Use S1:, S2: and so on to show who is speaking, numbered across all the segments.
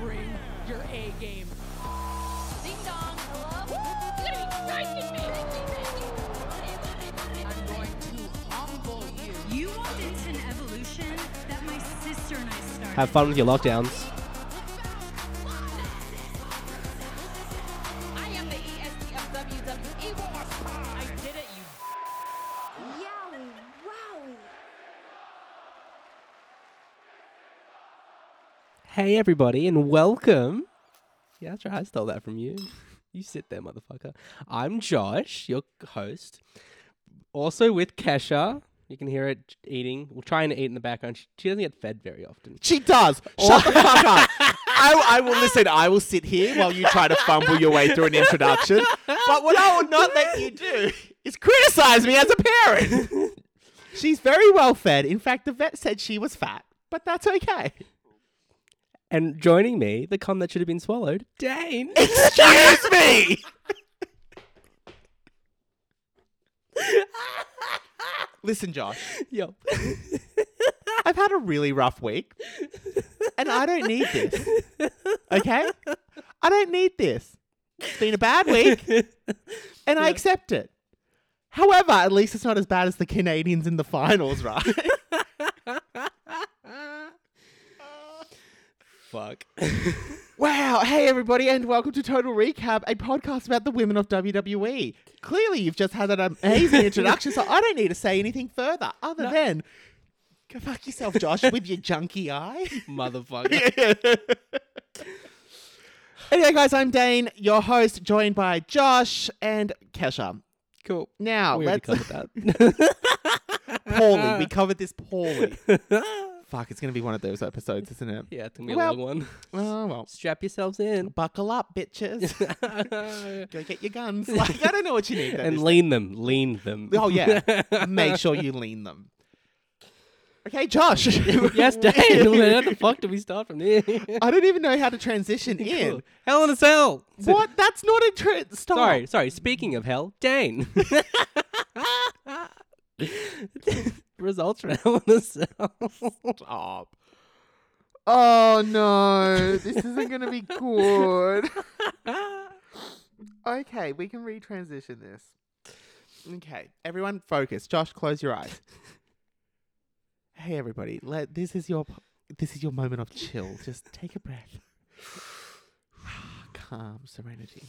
S1: Bring your A game.
S2: Ding dong. Hello? You're gonna be striking me.
S1: I'm going to humble you.
S3: You walked into an evolution that my sister and I started.
S4: Have fun with your lockdowns.
S2: I am the EST of WWE Wars.
S1: I did it, you
S5: Yowie, wowie.
S4: Hey everybody, and welcome. Yeah, that's right. I stole that from you. You sit there, motherfucker. I'm Josh, your host. Also with Kesha. You can hear it eating. We're trying to eat in the background. She, she doesn't get fed very often.
S6: She does. Shut the fuck up. I, I will listen. I will sit here while you try to fumble your way through an introduction. But what I will not let you do is criticize me as a parent. She's very well fed. In fact, the vet said she was fat, but that's okay.
S4: And joining me, the cum that should have been swallowed, Dane.
S6: Excuse me. Listen, Josh.
S4: Yo.
S6: I've had a really rough week. And I don't need this. Okay? I don't need this. It's been a bad week. And I accept it. However, at least it's not as bad as the Canadians in the finals, right?
S4: Fuck.
S6: wow. Hey, everybody, and welcome to Total Recap, a podcast about the women of WWE. Clearly, you've just had an amazing introduction, so I don't need to say anything further other than go fuck yourself, Josh, with your junky eye.
S4: Motherfucker.
S6: Anyway, guys, I'm Dane, your host, joined by Josh and Kesha.
S4: Cool.
S6: Now,
S4: we already
S6: let's
S4: covered that.
S6: poorly. We covered this poorly. Fuck, it's gonna be one of those episodes, isn't it?
S4: yeah, it's gonna be a
S6: Well-
S4: long one.
S6: Oh well.
S4: Strap yourselves in.
S6: Buckle up, bitches.
S4: and
S6: Go get your guns. Like I don't know what you need. And
S4: lean them. Lean them.
S6: oh yeah, make sure you lean them. Okay, Josh.
S4: yes, Dane. Where the fuck do we start from here?
S6: I don't even know how to transition in.
S4: Hell in a cell.
S6: What? That's not a tra- stop.
S4: Sorry, sorry. Speaking of hell, Dane. Results from hell in a cell.
S6: Stop. Oh no, this isn't going to be good. okay, we can retransition this. Okay, everyone focus. Josh, close your eyes. Hey everybody, let this is your p- this is your moment of chill. Just take a breath. Calm serenity.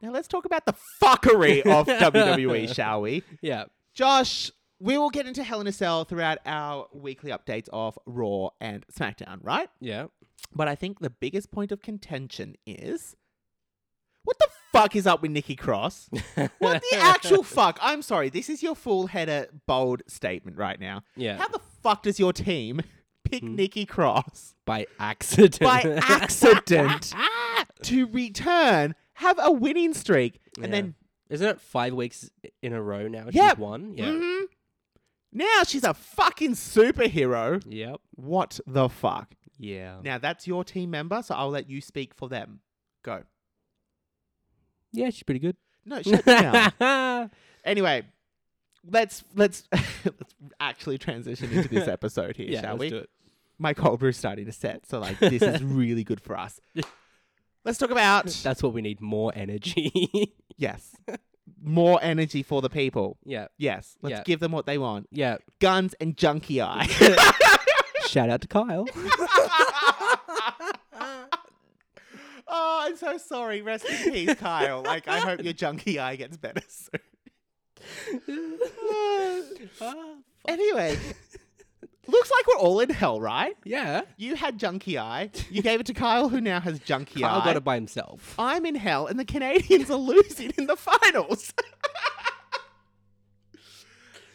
S6: Now let's talk about the fuckery of WWE, shall we?
S4: yeah.
S6: Josh, we will get into Hell in a Cell throughout our weekly updates of Raw and SmackDown, right?
S4: Yeah.
S6: But I think the biggest point of contention is what the fuck is up with Nikki Cross? what the actual fuck? I'm sorry, this is your full header bold statement right now.
S4: Yeah. Hmm.
S6: How the fuck does your team pick Nikki Cross
S4: By accident.
S6: by accident to return, have a winning streak, and
S4: Yeah.
S6: then
S4: Isn't it five weeks in a row now?
S6: Yep.
S4: She's won. Yeah.
S6: Mhm. now she's a fucking superhero?
S4: Yep.
S6: What the fuck?
S4: Yeah.
S6: Now that's your team member, so I'll let you speak for them. Go.
S4: Yeah, she's pretty good.
S6: No, shut down. Anyway, let's let's let's actually transition into this episode here,
S4: yeah,
S6: shall
S4: let's
S6: we?
S4: do it.
S6: My cold brew's starting to set, so like this is really good for us. Let's talk about
S4: That's what we need more energy.
S6: yes, more energy for the people.
S4: yeah.
S6: Yes, let's
S4: Yeah.
S6: give them what they want:
S4: Yeah.
S6: guns and junkie eye.
S4: Shout out to Kyle.
S6: oh, I'm so sorry. Rest in peace, Kyle. Like I hope your junkie eye gets better soon. Anyway, looks like we're all in hell, right?
S4: yeah.
S6: You had junkie eye. You gave it to Kyle, who now has junkie
S4: Kyle
S6: eye.
S4: got it by himself.
S6: I'm in hell, and the Canadians are losing in the finals.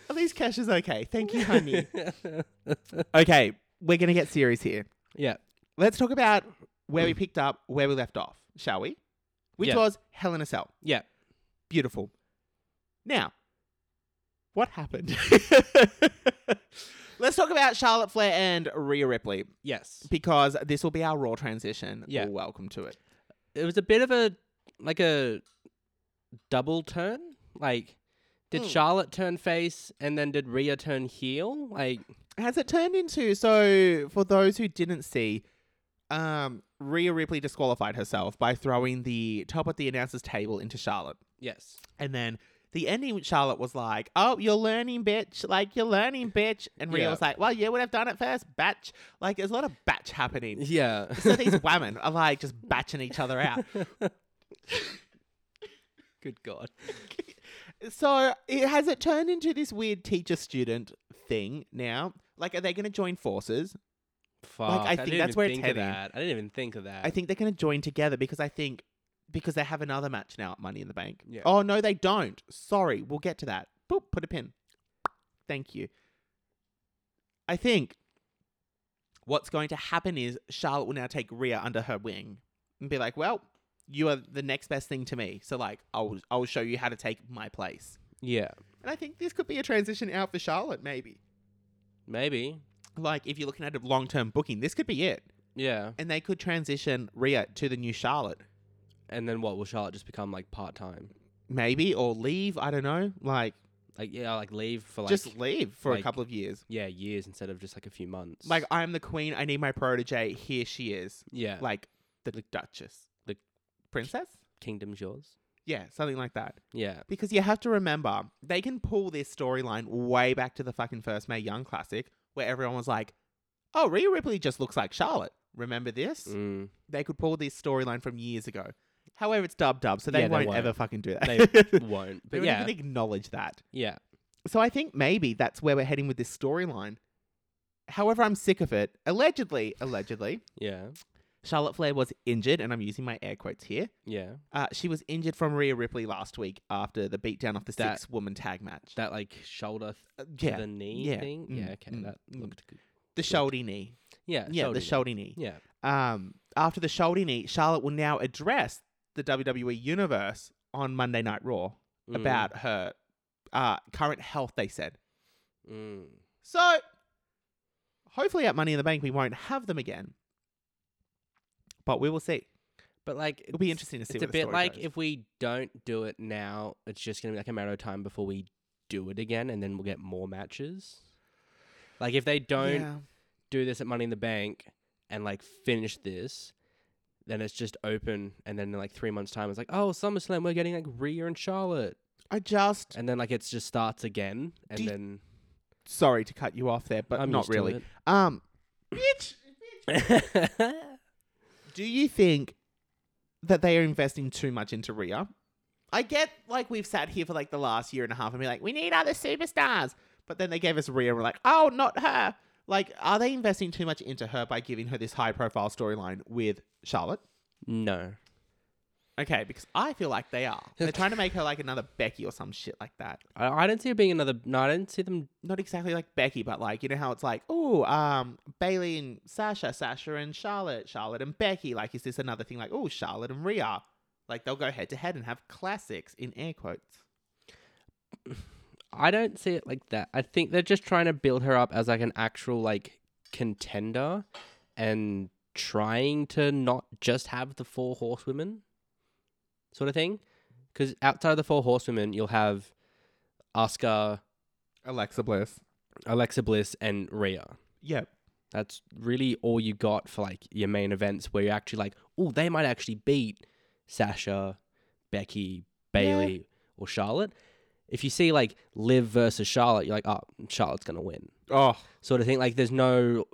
S6: At least Cash is okay. Thank you, honey. okay, we're gonna get serious here.
S4: Yeah.
S6: Let's talk about where we picked up, where we left off, shall we? Which
S4: Yeah.
S6: was Hell in a Cell.
S4: Yeah.
S6: Beautiful. Now, what happened? Let's talk about Charlotte Flair and Rhea Ripley
S4: Yes.
S6: because this will be our Raw transition.
S4: Yeah.
S6: Welcome to it.
S4: It was a bit of a like a double turn. Like Did
S6: Hmm.
S4: Charlotte turn face and then did Rhea turn heel? Like,
S6: Has it turned into so for those who didn't see, um, Rhea Ripley disqualified herself by throwing the top of the announcer's table into Charlotte.
S4: yes.
S6: And then the ending with Charlotte was like, Oh, you're learning, bitch. Like you're learning, bitch. And Rhea
S4: Yeah.
S6: was like, Well, you would have done it first, batch. Like there's a lot of batch happening.
S4: Yeah.
S6: so these women are like just batching each other out.
S4: Good God.
S6: So it has it turned into this weird teacher student thing now? Like, are they going to join forces?
S4: Fuck.
S6: I think
S4: didn't
S6: that's
S4: even
S6: where it's
S4: think of
S6: heading.
S4: that. I didn't even think of that.
S6: I think they're going to join together because I think because they have another match now at Money in the Bank.
S4: Yeah.
S6: Oh no, they don't. Sorry, we'll get to that. Boop, put a pin. Thank you. I think what's going to happen is Charlotte will now take Rhea under her wing and be like, "Well, you are the next best thing to me, so like I'll I'll show you how to take my place."
S4: yeah.
S6: And I think this could be a transition out for Charlotte, maybe.
S4: Maybe.
S6: Like if you're looking at a long term booking, this could be it.
S4: Yeah.
S6: And they could transition Rhea to the new Charlotte,
S4: And then what? Will Charlotte just become like part time?
S6: maybe, or leave. I don't know. Like,
S4: Like, yeah, like leave for like.
S6: just leave for a
S4: like-
S6: couple of years.
S4: Yeah, years instead of just like a few months.
S6: Like I'm the queen. I need my protege. Here she is.
S4: yeah. Like,
S6: Like the, Duchess,
S4: the-
S6: princess.
S4: kingdom's yours.
S6: Yeah, something like that.
S4: Yeah.
S6: Because you have to remember, they can pull this storyline way back to the fucking first May Young classic, where everyone was like, "Oh, Rhea Ripley just looks like Charlotte." Remember this?
S4: Mm.
S6: they could pull this storyline from years ago. However, it's dub dub, so they,
S4: Yeah, they
S6: won't,
S4: won't.
S6: ever fucking do that.
S4: They won't.
S6: They
S4: But
S6: won't
S4: yeah.
S6: even acknowledge that.
S4: Yeah.
S6: So I think maybe that's where we're heading with this storyline. However, I'm sick of it. Allegedly, allegedly,
S4: Yeah.
S6: Charlotte Flair was injured, and I'm using my air quotes here.
S4: Yeah.
S6: Uh, she was injured from Rhea Ripley last week after the beatdown of the
S4: That-
S6: six woman tag match.
S4: That like shoulder th-
S6: Uh,
S4: to
S6: yeah,
S4: the knee
S6: yeah,
S4: thing.
S6: mm,
S4: yeah. Okay.
S6: mm,
S4: that
S6: mm.
S4: looked good.
S6: the shoulder knee.
S4: Yeah.
S6: Yeah, the
S4: knee.
S6: shoulder knee.
S4: Yeah.
S6: um, after the shoulder knee, Charlotte will now address the WWE Universe on Monday Night Raw
S4: Mm,
S6: about her uh, current health, they said.
S4: Mm.
S6: So, hopefully at Money in the Bank, we won't have them again. But we will see.
S4: But like, it'll
S6: It'll be interesting to see
S4: It's
S6: where
S4: a
S6: the
S4: bit
S6: story
S4: like
S6: goes.
S4: if we don't do it now, it's just gonna be like a matter of time before we do it again, and then we'll get more matches. Like if they don't
S6: Yeah.
S4: do this at Money in the Bank and like finish this, then it's just open, and then in like three months' time, it's like, oh, SummerSlam, we're getting like Rhea and Charlotte,
S6: I just.
S4: and then like it's just starts again, and
S6: Do you-
S4: then
S6: Sorry to cut you off there, but
S4: I'm
S6: not
S4: used to
S6: really.
S4: it.
S6: Um, do you think that they are investing too much into Rhea? I get like we've sat here for like the last year and a half and be like, we need other superstars. But then they gave us Rhea and we're like, oh, not her. Like, are they investing too much into her by giving her this high profile storyline with Charlotte?
S4: no,
S6: Okay, because I feel like they are. They're trying to make her like another Becky or some shit like that.
S4: I, I don't see it being another. No, I don't see them.
S6: Not exactly like Becky, but like, you know how it's like, oh, um, Bailey and Sasha, Sasha and Charlotte, Charlotte and Becky. Like, is this another thing like, oh, Charlotte and Rhea? Like, they'll go head to head and have classics in air quotes.
S4: I don't see it like that. I think they're just trying to build her up as like an actual like contender, and trying to not just have the four horsewomen, sort of thing. Because outside of the four horsewomen, you'll have Oscar,
S6: Alexa Bliss.
S4: Alexa Bliss, and Rhea.
S6: Yep.
S4: That's really all you got for like your main events where you're actually like, oh, they might actually beat Sasha, Becky, Bailey, or Charlotte. If you see like Liv versus Charlotte, you're like, oh, Charlotte's gonna win,
S6: Oh,
S4: sort of thing. Like, there's no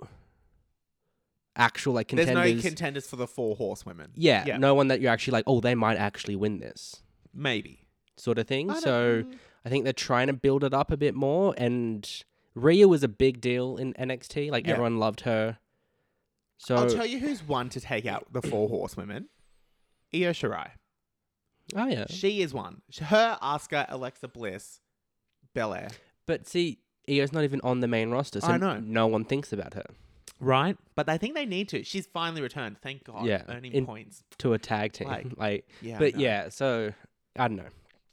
S4: actual like contenders.
S6: there's no contenders for the four horsewomen.
S4: yeah,
S6: Yeah.
S4: no one that you're actually like, oh, they might actually win this,
S6: Maybe.
S4: sort of thing.
S6: I
S4: so
S6: don't-
S4: I think they're trying to build it up a bit more. And Rhea was a big deal in NXT. Like
S6: Yeah.
S4: everyone loved her. So
S6: I'll tell you who's one to take out the four horsewomen. Io Shirai.
S4: oh yeah,
S6: She is one. Her, Asuka, Alexa Bliss, Belair.
S4: But see, Io's not even on the main roster, so
S6: I know.
S4: no one thinks about her
S6: Right? But I think they need to. She's finally returned. Thank God.
S4: Yeah.
S6: Earning
S4: In-
S6: points.
S4: to a tag team.
S6: Like,
S4: Like,
S6: yeah,
S4: but
S6: no.
S4: yeah, so I don't know.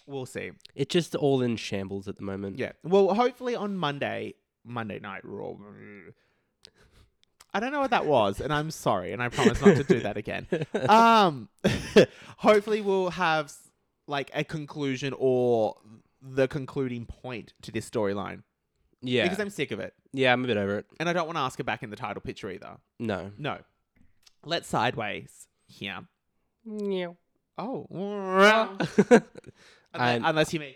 S6: We'll see.
S4: It's just all in shambles at the moment.
S6: Yeah. Well, hopefully on Monday, Monday Night Raw. I don't know what that was, and I'm sorry, and I promise not to do that again. Um, hopefully we'll have like a conclusion or the concluding point to this storyline
S4: Yeah.
S6: because I'm sick of it,
S4: yeah, I'm a bit over it.
S6: and I don't want to ask her back in the title picture either.
S4: No.
S6: No, let's sideways here.
S4: Yeah.
S6: Oh,
S4: I'm-
S6: unless you mean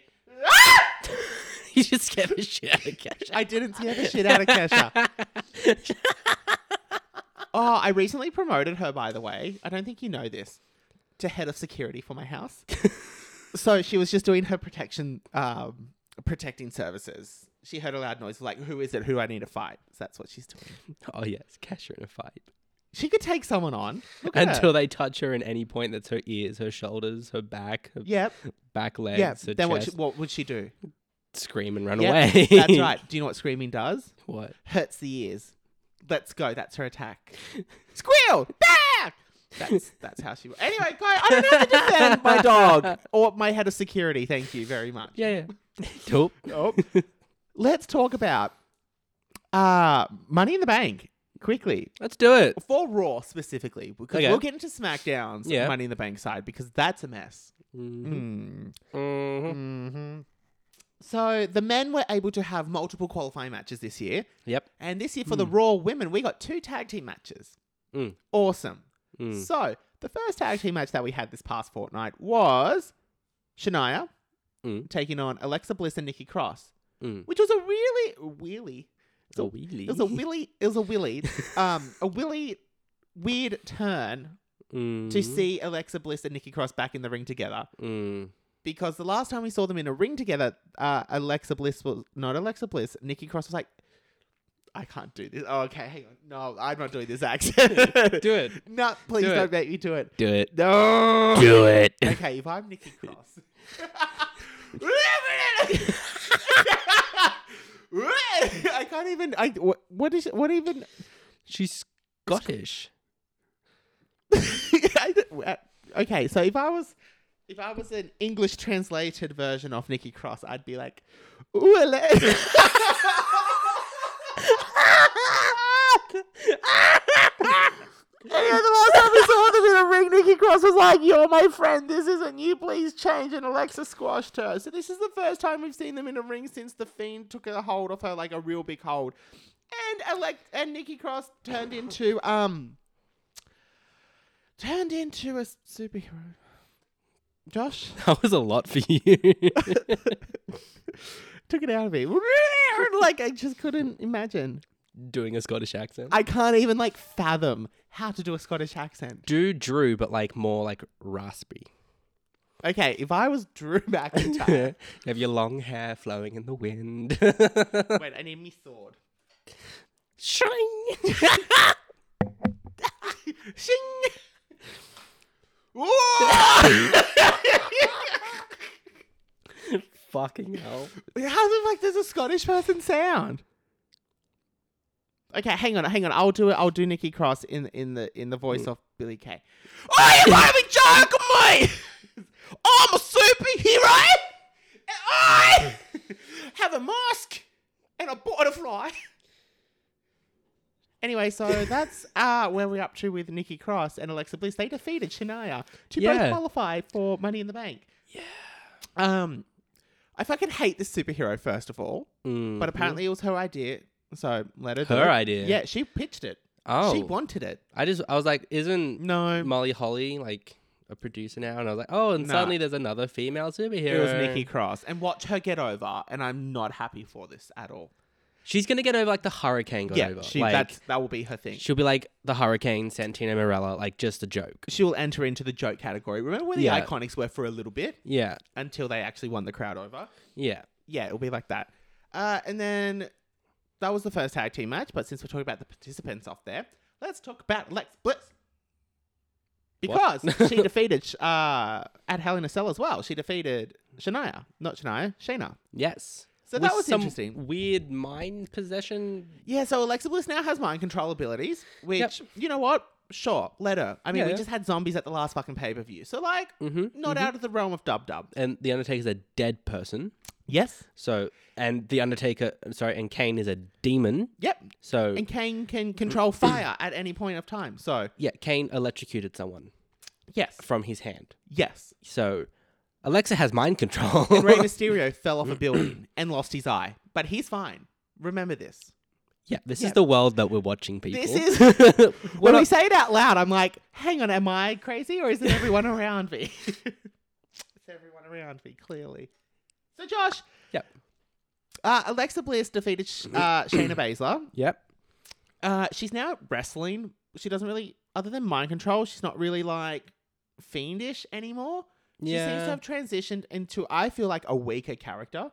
S4: you just scared the shit out of Kesha.
S6: I didn't scare the shit out of Kesha. Oh, I recently promoted her, by the way. I don't think you know this. To head of security for my house. so she was just doing her protection, um, protecting services. She heard a loud noise, like, who is it? Who I need to fight? So that's what she's doing.
S4: oh yes, Kesha in a fight.
S6: She could take someone on. Look at her.
S4: Until they touch her in any point that's her ears, her shoulders, her back, her
S6: Yep.
S4: back legs,
S6: Yeah.
S4: her
S6: Then what,
S4: chest.
S6: she, what would she do?
S4: Scream and run
S6: Yep,
S4: away.
S6: That's right. Do you know what screaming does?
S4: What?
S6: Hurts the ears. Let's go. That's her attack. Squeal! Back! That's that's how she. Anyway, Chloe, I don't have to defend my dog or my head of security. Thank you very much.
S4: Yeah. yeah. nope.
S6: Nope. Let's talk about uh Money in the Bank quickly
S4: Let's do it.
S6: for Raw specifically because
S4: Okay.
S6: we'll get into SmackDown's
S4: Yeah.
S6: Money in the Bank side because that's a mess.
S4: Mhm.
S6: Mm.
S4: Mhm.
S6: hmm So the men were able to have multiple qualifying matches this year,
S4: Yep.
S6: and this year for the Raw women, we got two tag team matches.
S4: Mm.
S6: Awesome.
S4: Mm.
S6: So the first tag team match that we had this past fortnight was Shania
S4: Mm.
S6: taking on Alexa Bliss and Nikki Cross,
S4: Mm.
S6: which was a really wheelie. It's
S4: A
S6: a-
S4: wheelie.
S6: It was a willy. It was a willy. um, a willy weird turn to
S4: Mhm.
S6: see Alexa Bliss and Nikki Cross back in the ring together
S4: Mm.
S6: because the last time we saw them in a ring together, uh, Alexa Bliss was not Alexa Bliss. Nikki Cross was like, I can't do this. Oh, okay, hang on. No, I'm not doing this accent.
S4: Do it.
S6: No, please
S4: Do
S6: do not
S4: it.
S6: make me do it.
S4: Do it.
S6: No.
S4: Do it.
S6: Okay, if I'm Nikki Cross. I can't even. I what, what is what even?
S4: She's Scottish.
S6: I don't- okay, so if I was if I was an English translated version of Nikki Cross, I'd be like, ooh, Ale-" And the last time we saw them in a ring, Nikki Cross was like, "You're my friend. This isn't you. Please change." And Alexa squashed her. So this is the first time we've seen them in a ring since the Fiend took a hold of her, like a real big hold. And Alex and Nikki Cross turned into um turned into a s- superhero. Josh
S4: That was a lot for you.
S6: took it out of me. Like I just couldn't imagine.
S4: Doing a Scottish accent.
S6: I can't even like fathom how to do a Scottish accent.
S4: do Drew, but like more like raspy.
S6: Okay, if I was Drew McIntyre,
S4: you have your long hair flowing in the wind.
S6: wait, I need me sword.
S4: Shing!
S6: Shing. Whoa!
S4: Fucking hell.
S6: How's it like there's a Scottish person sound? Okay, hang on, hang on. I'll do it. I'll do Nikki Cross in in the in the voice of Billy Kay. Oh, you gotta be joking me! I'm a superhero, and I have a mask and a butterfly. Anyway, so that's uh, where we're up to with Nikki Cross and Alexa Bliss. They defeated Shania to
S4: Yeah.
S6: both qualify for Money in the Bank. Yeah. Um, I fucking hate this superhero first of all,
S4: Mm.
S6: but apparently it was her idea, so let her. do
S4: Her
S6: it.
S4: idea?
S6: Yeah, she pitched it.
S4: oh,
S6: She wanted it.
S4: I just I was like, isn't
S6: No,
S4: Molly Holly like a producer now? And I was like, oh, and
S6: Nah.
S4: suddenly there's another female
S6: it
S4: superhero.
S6: was Nikki Cross, and watch her get over. And I'm not happy for this at all.
S4: She's gonna get over like the hurricane got
S6: yeah,
S4: over.
S6: she
S4: like,
S6: that's that will be her thing.
S4: she'll be like the hurricane Santina Morella, like just a joke.
S6: She will enter into the joke category. Remember where the
S4: Yeah.
S6: iconics were for a little bit
S4: Yeah,
S6: until they actually won the crowd over.
S4: yeah.
S6: yeah, it'll be like that. Uh, and then that was the first tag team match. But since we're talking about the participants off there, let's talk about Lex Bliss.
S4: What?
S6: Because she defeated uh, at Hell in a Cell as well. She defeated Shania, not Shania, Shayna.
S4: Yes.
S6: So
S4: With
S6: that was
S4: some
S6: interesting.
S4: Weird mind possession.
S6: Yeah, so Alexa Bliss now has mind control abilities, which, you know what? Sure, let her. I mean,
S4: Yeah,
S6: we
S4: yeah.
S6: just had zombies at the last fucking pay per view. So, like,
S4: Mhm,
S6: not out of the realm of dub dub.
S4: And the Undertaker's a dead person.
S6: Yes.
S4: So and the Undertaker, sorry, and Kane is a demon.
S6: Yep.
S4: So
S6: And Kane can control fire at any point of time. So,
S4: yeah, Kane electrocuted someone
S6: yes.
S4: from his hand.
S6: Yes.
S4: So Alexa has mind control.
S6: Rey Mysterio fell off a building and lost his eye, but he's fine. Remember this.
S4: yeah, this is the world that we're watching, people.
S6: This is-
S4: We're
S6: When
S4: not-
S6: we say it out loud, I'm like, hang on, am I crazy or is it everyone around me? it's everyone around me, clearly. So, Josh,
S4: Yep.
S6: uh, Alexa Bliss defeated Sh- uh, Shayna Baszler.
S4: Yep.
S6: Uh, she's now wrestling. She doesn't really, other than mind control, she's not really like fiendish anymore. She seems
S4: Yeah.
S6: to have transitioned into, I feel like, a weaker character.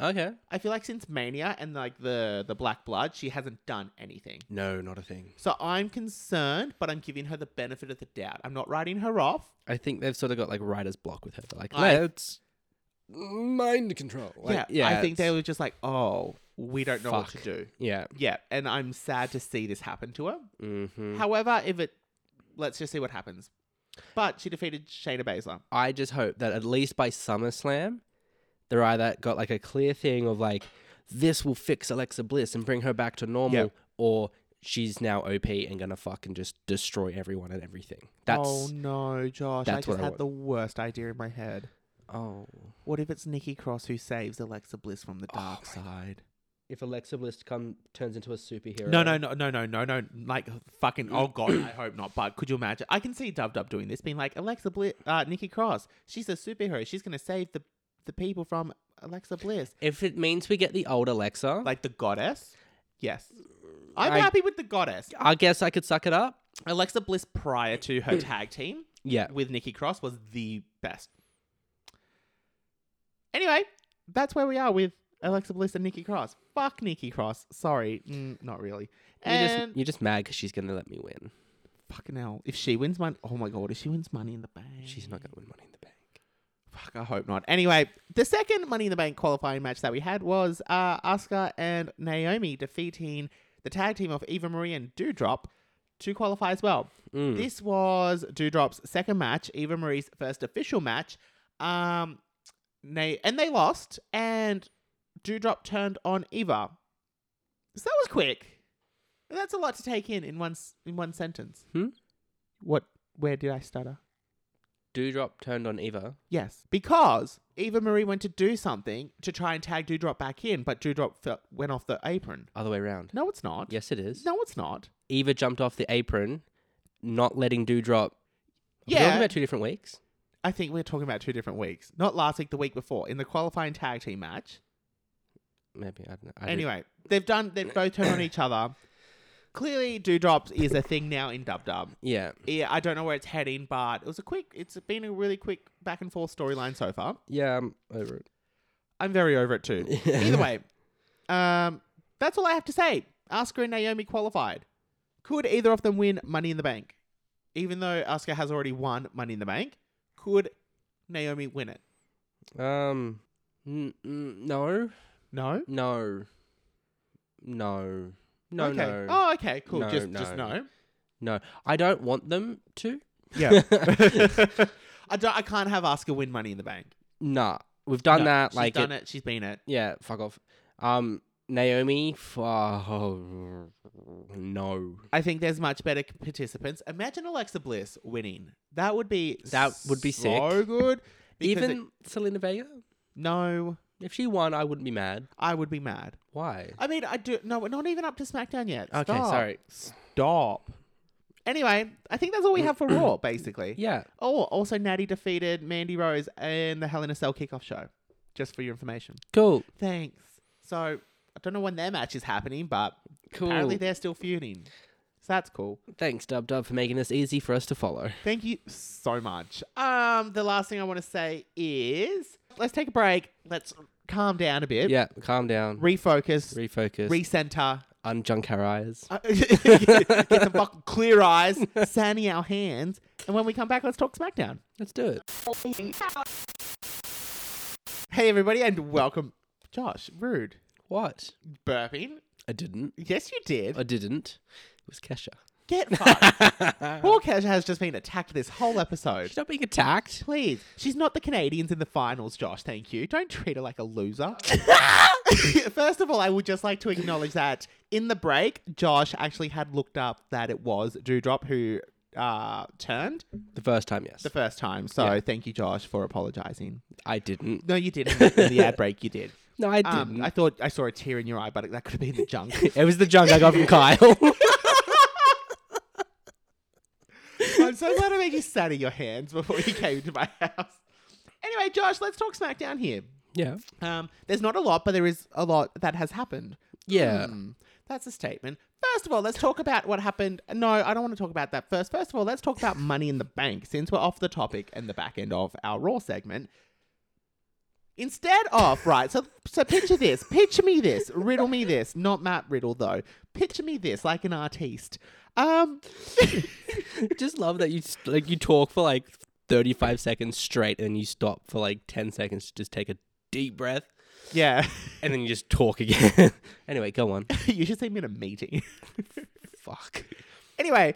S4: Okay.
S6: I feel like since Mania and like the the Black Blood, she hasn't done anything.
S4: No, not a thing.
S6: So I'm concerned, but I'm giving her the benefit of the doubt. I'm not writing her off.
S4: I think they've sort of got like writer's block with her. They're like,
S6: I-
S4: let's mind control. Like,
S6: yeah, I think they
S4: it's-
S6: were just like, oh, we don't know what to
S4: Fuck.
S6: do.
S4: Yeah.
S6: Yeah, and I'm sad to see this happen to her.
S4: Mm-hmm.
S6: However, if it, let's just see what happens. But she defeated Shayna Baszler.
S4: I just hope that at least by SummerSlam, they're either got like a clear thing of like, this will fix Alexa Bliss and bring her back to normal,
S6: Yep.
S4: or she's now OP and gonna fucking just destroy everyone and everything. That's
S6: oh
S4: oh,
S6: no, Josh! I
S4: that's
S6: just
S4: what I
S6: had
S4: want.
S6: the worst idea in my head.
S4: oh.
S6: What if it's Nikki Cross who saves Alexa Bliss from the dark side?
S4: if Alexa Bliss come turns into a superhero.
S6: No, no, no, no, no, no, no. Like fucking. Oh god, I hope not. But could you imagine? I can see Dub Dub doing this, being like Alexa Bliss, uh, Nikki Cross. She's a superhero. She's gonna save the the people from Alexa Bliss,
S4: If it means we get the old Alexa, like
S6: like the goddess. Yes, I'm
S4: I-
S6: happy with the goddess.
S4: I guess I could suck it up.
S6: Alexa Bliss prior to her tag team
S4: Yeah.
S6: with Nikki Cross was the best. Anyway, that's where we are with Alexa Bliss and Nikki Cross. Fuck Nikki Cross. Sorry, mm, not really.
S4: You're
S6: And
S4: just, you're just mad because she's gonna let me win.
S6: Fucking hell. If she wins money, oh my god, if she wins money in the bank.
S4: She's not gonna win Money in the Bank.
S6: Fuck, I hope not. Anyway, the second Money in the Bank qualifying match that we had was uh, Asuka and Naomi defeating the tag team of Eva Marie and Dewdrop to qualify as well.
S4: Mm. Hmm.
S6: This was Dewdrop's second match, Eva Marie's first official match. Um, they, and they lost, and Dewdrop turned on Eva. So that was quick. That's a lot to take in in one s- in one sentence.
S4: Hmm?
S6: What? Where did I stutter?
S4: Dewdrop turned on Eva.
S6: Yes, because Eva Marie went to do something to try and tag Dewdrop back in, but Dewdrop fell, went off the apron.
S4: Other way around.
S6: No, it's not.
S4: Yes, it is.
S6: No, it's not.
S4: Eva jumped off the apron, not letting Dewdrop. Are we
S6: Yeah.
S4: talking about two different weeks.
S6: I think we're talking about two different weeks. Not last week, the week before, in the qualifying tag team match.
S4: Maybe I don't know. I didn't-
S6: Anyway, they've done. They've both turned on each other. Clearly, Dewdrops is a thing now in Dub Dub.
S4: yeah,
S6: Yeah, I don't know where it's heading, but it was a quick. It's been a really quick back and forth storyline so far.
S4: yeah, I'm over it.
S6: I'm very over it too. Either way, um, that's all I have to say. Asuka and Naomi qualified. Could either of them win Money in the Bank? Even though Asuka has already won Money in the Bank, could Naomi win it?
S4: Um, n- n- no,
S6: No.
S4: no, no, no,
S6: okay.
S4: no,
S6: Oh, okay. Cool.
S4: No,
S6: just, just
S4: no.
S6: no.
S4: no. I don't want them to.
S6: Yeah. I don't. I can't have Asuka win Money in the Bank.
S4: Nah, we've done
S6: No,
S4: that.
S6: She's
S4: like,
S6: done
S4: it-
S6: it, She's been it.
S4: yeah, fuck off. Um, Naomi, f- oh, no.
S6: I think there's much better c- participants. Imagine Alexa Bliss winning. That would be
S4: That would be sick.
S6: so good. because it-
S4: Even Selena Vega,
S6: no,
S4: if she won, I wouldn't be mad.
S6: I would be mad.
S4: Why?
S6: I mean, I do. No, we're not even up to SmackDown yet.
S4: Okay,
S6: Stop.
S4: sorry.
S6: Stop. Anyway, I think that's all we have for Raw, basically.
S4: Yeah.
S6: Oh, also, Natty defeated Mandy Rose in the Hell in a Cell kickoff show. Just for your information.
S4: Cool.
S6: Thanks. So, I don't know when their match is happening, but
S4: Cool.
S6: apparently they're still feuding. So that's cool.
S4: Thanks, Dub Dub, for making this easy for us to follow.
S6: Thank you so much. Um, the last thing I want to say is let's take a break. Let's calm down a bit.
S4: Yeah, calm down.
S6: Refocus.
S4: refocus.
S6: recenter.
S4: unjunk our eyes.
S6: Uh, get some fucking clear eyes, sandy our hands, and when we come back, let's talk SmackDown.
S4: Let's do it.
S6: Hey, everybody, and welcome. Josh, rude.
S4: What?
S6: Burping?
S4: I didn't.
S6: Yes, you did.
S4: I didn't. It was Kesha.
S6: Get fucked. Poor Kesha has just been attacked this whole episode.
S4: She's not being attacked.
S6: Please. She's not the Canadians in the finals, Josh. Thank you. Don't treat her like a loser. First of all, I would just like to acknowledge that in the break, Josh actually had looked up that it was Dewdrop who uh, turned
S4: The first time, yes.
S6: the first time. So
S4: Yeah.
S6: thank you, Josh, for apologizing.
S4: I didn't.
S6: No, you didn't. In the ad break, you did.
S4: No, I didn't.
S6: Um, I thought I saw a tear in your eye, but that could have been the junk.
S4: it was the junk I got from Kyle.
S6: I'm so glad I made you study your hands before you came to my house. Anyway, Josh, let's talk SmackDown here.
S4: yeah.
S6: Um, there's not a lot, but there is a lot that has happened.
S4: Yeah.
S6: Hmm, that's a statement. First of all, let's talk about what happened. No, I don't want to talk about that first. First of all, let's talk about Money in the Bank since we're off the topic and the back end of our Raw segment. Instead of, right, so so picture this, picture me this, riddle me this, not Matt Riddle though. Picture me this, like an artiste. Um,
S4: Just love that you s- like you talk for like 35 seconds straight and then you stop for like 10 seconds to just take a deep breath
S6: yeah,
S4: and then you just talk again. anyway, go on.
S6: you should see me in a meeting.
S4: Fuck.
S6: anyway,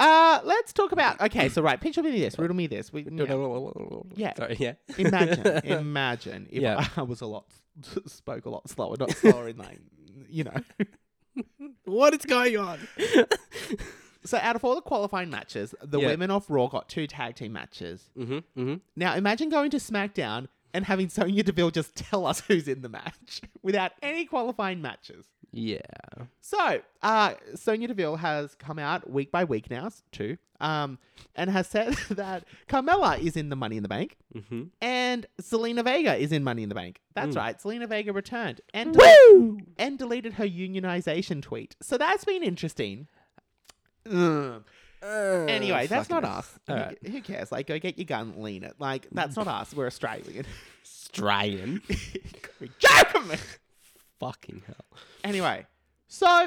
S6: uh, let's talk about. Okay, so right, picture me this, riddle me this. We, Yeah.
S4: Sorry, yeah.
S6: Imagine, imagine if
S4: Yeah.
S6: I was a lot spoke a lot slower, not slower in like you know.
S4: what is going on?
S6: So out of all the qualifying matches, the
S4: Yeah.
S6: women of Raw got two tag team matches.
S4: hmm hmm
S6: Now imagine going to SmackDown and having Sonya Deville just tell us who's in the match without any qualifying matches.
S4: Yeah.
S6: So, uh, Sonia Deville has come out week by week now, s- two, um, and has said that Carmella is in the Money in the Bank
S4: hmm
S6: and Selena Vega is in Money in the Bank. That's right, Selena Vega returned and
S4: Mm. Woo!
S6: and deleted her unionization tweet. So that's been interesting. Ugh. anyway, that's not us. Who,
S4: Alright. Mm.
S6: who cares? Like, go get your gun, lean it. Like, that's not us. We're Australian.
S4: Australian.
S6: We joke!
S4: Fucking hell.
S6: Anyway, so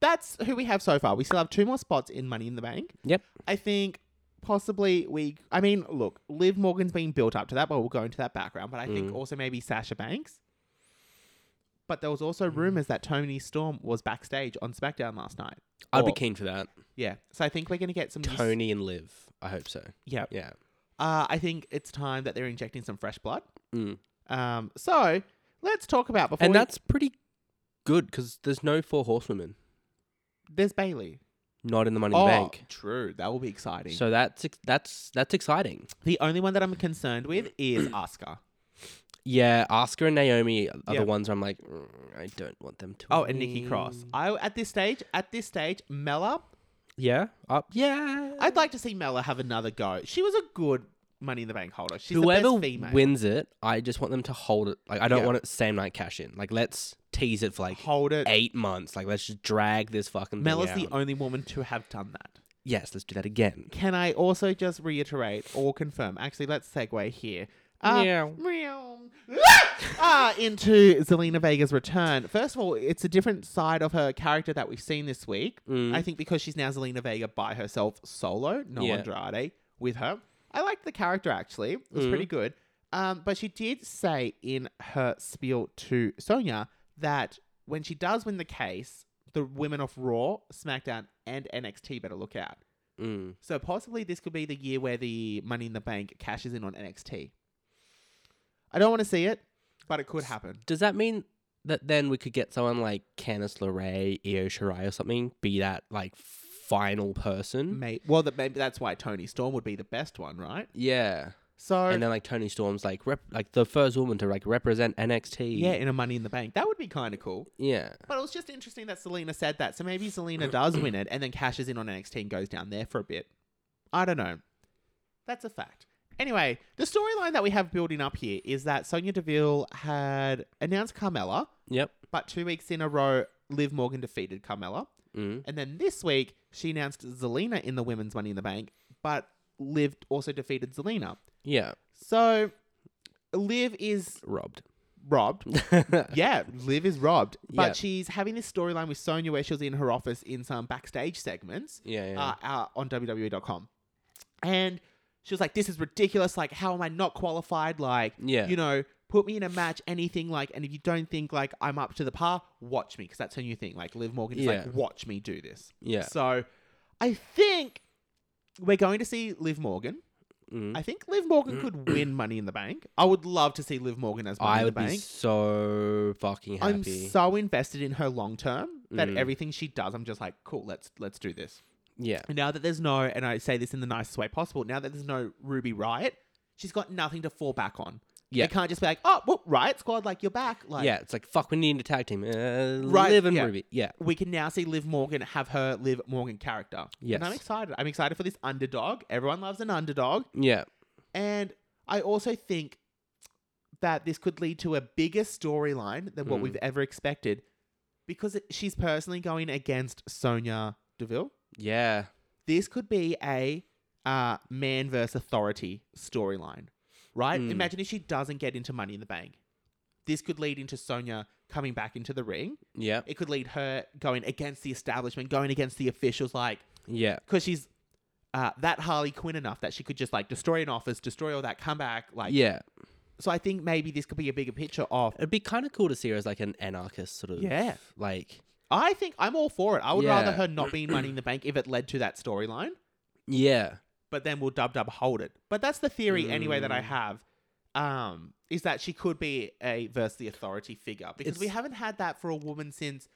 S6: that's who we have so far. We still have two more spots in Money in the Bank.
S4: Yep.
S6: I think possibly we. I mean, look, Liv Morgan's being built up to that, but we'll go into that background. But I think
S4: Mm.
S6: also maybe Sasha Banks. But there was also
S4: Mm.
S6: rumors that Tony Storm was backstage on SmackDown last night.
S4: I'd be
S6: Or-
S4: keen for that.
S6: Yeah, so I think we're gonna get some new-
S4: Tony and Liv. I hope so.
S6: yeah,
S4: Yeah.
S6: Uh, I think it's time that they're injecting some fresh blood.
S4: Mm.
S6: Um, so let's talk about before
S4: And
S6: we-
S4: that's pretty good because there's no four horsewomen.
S6: there's Bailey.
S4: Not in the money in the bank.
S6: true. That will be exciting.
S4: So that's ex- that's that's exciting.
S6: The only one that I'm concerned with is Oscar.
S4: Yeah, Asuka and Naomi are
S6: Yeah.
S4: the ones I'm like, "Mm, I don't want them to.
S6: Oh, and Nikki
S4: win."
S6: Cross. I at this stage, at this stage, Mella.
S4: Yeah, up. Yeah.
S6: I'd like to see Mella have another go. She was a good Money in the Bank holder. She's
S4: Whoever
S6: the best female.
S4: wins it, I just want them to hold it. Like I don't
S6: Yeah.
S4: want it same night cash in. Like let's tease it for like
S6: Hold it.
S4: eight months. Like let's just drag this fucking.
S6: Mella's
S4: thing
S6: the
S4: out.
S6: only woman to have done that.
S4: yes. Let's do that again.
S6: Can I also just reiterate or confirm? Actually, let's segue here. Uh,
S4: Meow.
S6: meow. Ah, into Zelina Vega's return. First of all, it's a different side of her character that we've seen this week. I think because she's now Zelina Vega by herself, solo, no
S4: Yeah.
S6: Andrade with her. I liked the character actually; it was pretty good. Um, but she did say in her spiel to Sonya that when she does win the case, the women of Raw, SmackDown, and NXT better look out.
S4: Mm.
S6: So possibly this could be the year where the Money in the Bank cashes in on NXT. I don't want to see it, but it could happen.
S4: Does that mean that then we could get someone like Candice LeRae, Io Shirai, or something be that like final person?
S6: May- well, that maybe that's why Tony Storm would be the best one, right?
S4: Yeah.
S6: So
S4: And then like Tony Storm's like rep- like the first woman to like represent NXT.
S6: yeah, in a Money in the Bank, that would be kind of cool.
S4: Yeah.
S6: But it was just interesting that Selena said that. So maybe Selena does win it and then cashes in on NXT and goes down there for a bit. I don't know. That's a fact. Anyway, the storyline that we have building up here is that Sonya Deville had announced Carmella,
S4: Yep.
S6: but two weeks in a row, Liv Morgan defeated Carmella.
S4: Mm.
S6: And then this week, she announced Zelina in the Women's Money in the Bank, but Liv also defeated Zelina.
S4: Yeah.
S6: So Liv is
S4: Robbed.
S6: robbed. yeah, Liv is robbed. But
S4: Yeah.
S6: she's having this storyline with Sonya where she was in her office in some backstage segments
S4: Yeah. Yeah.
S6: uh, uh, on WWE.com. And she was like, this is ridiculous. Like, how am I not qualified? Like,
S4: Yeah.
S6: you know, put me in a match, anything. Like, and if you don't think like I'm up to the par, watch me. Because that's her new thing. Like, Liv Morgan's
S4: Yeah.
S6: like, watch me do this.
S4: yeah.
S6: So I think we're going to see Liv Morgan.
S4: Mm.
S6: I think Liv Morgan could win Money in the Bank. I would love to see Liv Morgan as Money
S4: I
S6: in the
S4: would
S6: Bank.
S4: be so fucking
S6: I'm
S4: happy.
S6: so invested in her long term that
S4: Mm.
S6: everything she does, I'm just like, cool, let's let's do this.
S4: Yeah.
S6: Now that there's no, and I say this in the nicest way possible, now that there's no Ruby Riot, she's got nothing to fall back on.
S4: Yeah.
S6: They can't just be like, oh, well, Riot Squad, like, you're back. Like,
S4: yeah, it's like fuck. We need a tag team. Uh,
S6: Right,
S4: Liv and
S6: yeah.
S4: Ruby. Yeah,
S6: We can now see Liv Morgan have her Liv Morgan character.
S4: Yes.
S6: And I'm excited. I'm excited for this underdog. Everyone loves an underdog.
S4: yeah,
S6: And I also think that this could lead to a bigger storyline than what
S4: Mm.
S6: we've ever expected because it, she's personally going against Sonia Deville.
S4: yeah.
S6: This could be a uh, man versus authority storyline, right?
S4: Mm.
S6: Imagine if she doesn't get into Money in the Bank. This could lead into Sonia coming back into the ring.
S4: Yeah,
S6: It could lead her going against the establishment, going against the officials, like
S4: yeah,
S6: because she's uh, that Harley Quinn enough that she could just like destroy an office, destroy all that, come back, like
S4: yeah.
S6: So I think maybe this could be a bigger picture of.
S4: It'd be kind of cool to see her as like an anarchist sort of.
S6: Yeah.
S4: like
S6: I think I'm all for it. I would rather
S4: Yeah.
S6: her not be in Money in the Bank if it led to that storyline.
S4: yeah,
S6: But then we'll dub dub hold it. But that's the theory anyway that I
S4: Mm.
S6: have. Um, is that she could be a versus the authority figure because we
S4: It's-
S6: haven't had that for a woman since,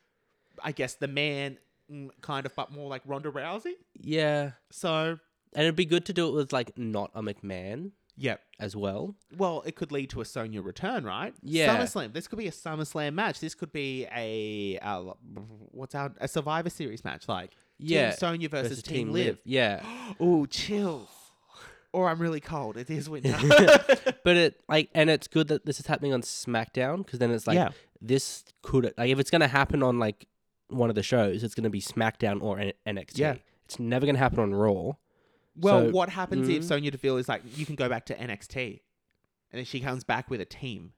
S6: I guess, the man mm, kind of, but more like Ronda Rousey.
S4: yeah.
S6: So
S4: And it'd be good to do it with like not a McMahon
S6: yeah,
S4: as well.
S6: well, it could lead to a Sonya return, right?
S4: Yeah.
S6: SummerSlam. This could be a SummerSlam match. This could be a uh, what's our a Survivor Series match, like
S4: Yeah,
S6: Team Sonya versus,
S4: versus
S6: Team, Liv.
S4: Yeah,
S6: Ooh, chills. Or I'm really cold. It is winter.
S4: but it like and it's good that this is happening on SmackDown because then it's like
S6: Yeah.
S4: this could like if it's gonna happen on like one of the shows, it's gonna be SmackDown or N- NXT.
S6: Yeah.
S4: It's never gonna happen on Raw.
S6: well,
S4: So-
S6: what happens if
S4: Mm.
S6: Sonya Deville is like, you can go back to NXT, and then she comes back with a team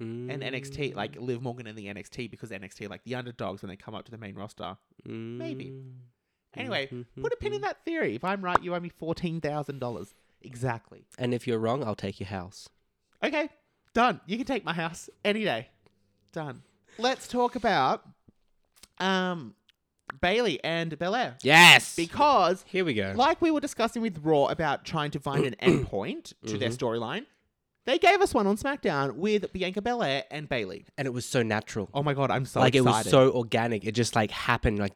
S6: and NXT like
S4: Mm.
S6: Liv Morgan and the NXT because NXT like the underdogs when they come up to the main roster. maybe.
S4: Mm.
S6: Anyway,
S4: Mm-hmm,
S6: put a pin in that theory. If I'm right, you owe me fourteen thousand dollars exactly.
S4: And if you're wrong, I'll take your house.
S6: Okay, done. You can take my house any day. Done. Let's talk about um Bailey and Belair
S4: Yes.
S6: because
S4: Here we go.
S6: like we were discussing with Raw about trying to find an endpoint to their
S4: Mm-hmm.
S6: storyline, they gave us one on SmackDown with Bianca Belair and Bailey.
S4: and it was so natural.
S6: Oh my god, I'm so
S4: like
S6: excited.
S4: it was so organic. It just like happened. Like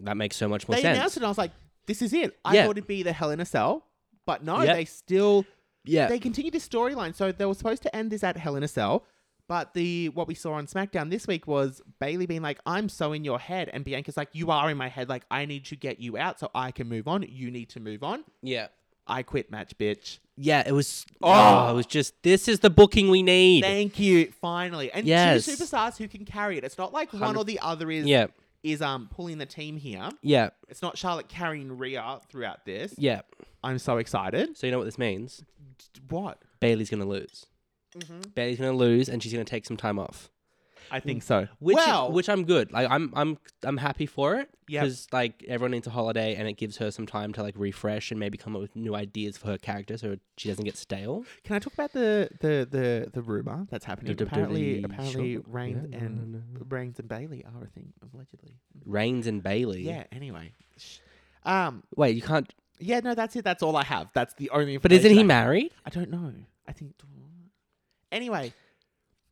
S4: that makes so much more
S6: they
S4: sense.
S6: announced it, and I was like, "This is it." I
S4: Yeah.
S6: thought it'd be the Hell in a Cell, but no,
S4: Yep.
S6: they still
S4: yeah.
S6: they continued this storyline. So they were supposed to end this at Hell in a Cell, but the what we saw on SmackDown this week was Bailey being like, "I'm so in your head," and Bianca's like, "You are in my head. Like I need to get you out so I can move on. You need to move on.
S4: yeah.
S6: I quit, match, bitch.
S4: Yeah. It was. Oh, it was just. This is the booking we need.
S6: Thank you, finally. And
S4: Yes.
S6: two superstars who can carry it. It's not like one
S4: Hundred-
S6: or the other is
S4: yeah.
S6: is um pulling the team here.
S4: Yeah.
S6: It's not Charlotte carrying Rhea throughout this.
S4: Yeah.
S6: I'm so excited.
S4: So you know what this means?
S6: What?
S4: Bailey's gonna lose.
S6: Mm-hmm.
S4: Bailey's gonna lose, and she's gonna take some time off.
S6: I think so.
S4: Which is-
S6: well,
S4: which I'm good. Like I'm I'm I'm happy for it
S6: Yep.
S4: because like everyone needs a holiday, and it gives her some time to like refresh and maybe come up with new ideas for her character, so she doesn't get stale.
S6: Can I talk about the the the, the rumor that's happening?
S4: The- the-
S6: apparently,
S4: the-
S6: apparently,
S4: sure.
S6: Reigns
S4: Yeah, no,
S6: and
S4: no,
S6: Reigns and Bailey are a thing allegedly.
S4: Reigns and Bailey.
S6: Yeah. Anyway, Sh- um,
S4: Wait, you can't.
S6: yeah, no, that's it. That's all I have. That's the only.
S4: But isn't he
S6: information I-
S4: married?
S6: I don't know. I think. Anyway, I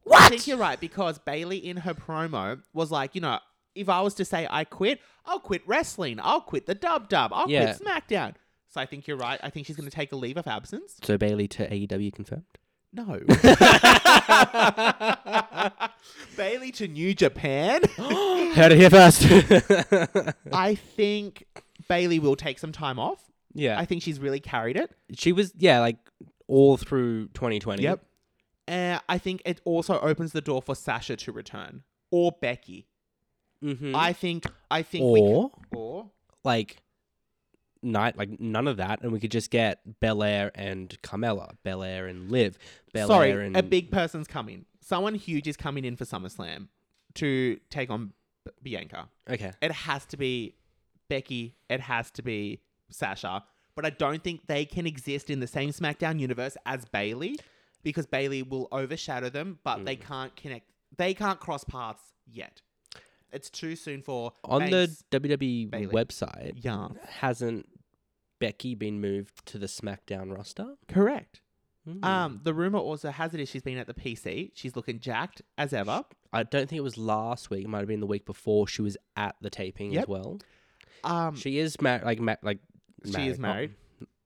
S4: What?
S6: think you're right because Bailey in her promo was like, you know, if I was to say I quit, I'll quit wrestling. I'll quit the dub dub. I'll
S4: Yeah.
S6: quit SmackDown. So I think you're right. I think she's going to take a leave of absence.
S4: So Bailey to AEW confirmed.
S6: No. Bailey to New Japan.
S4: Heard it here first.
S6: I think Bailey will take some time off.
S4: yeah,
S6: I think she's really carried it.
S4: she was. Yeah, like all through 2020.
S6: Uh, I think it also opens the door for Sasha to return or Becky.
S4: Mm-hmm.
S6: I think. I think.
S4: or
S6: we could, or
S4: like, night like none of that, and we could just get Belair and Carmella, Belair and Liv, Belair
S6: sorry,
S4: and
S6: a big person's coming. Someone huge is coming in for SummerSlam to take on B- Bianca.
S4: Okay,
S6: It has to be Becky. It has to be Sasha. But I don't think they can exist in the same SmackDown universe as Bailey because Bailey will overshadow them, but
S4: Mm.
S6: they can't connect. They can't cross paths yet. It's too soon for
S4: on
S6: Banks-
S4: the WWE
S6: Bailey.
S4: website,
S6: yeah,
S4: hasn't Becky been moved to the SmackDown roster?
S6: correct.
S4: Hmm.
S6: Um, the rumor also has it is she's been at the PC. She's looking jacked as ever.
S4: I don't think it was last week. It might have been the week before. She was at the taping as
S6: Yep.
S4: well.
S6: Um, she,
S4: She is married. Like, ma- like
S6: is
S4: Oh,
S6: married.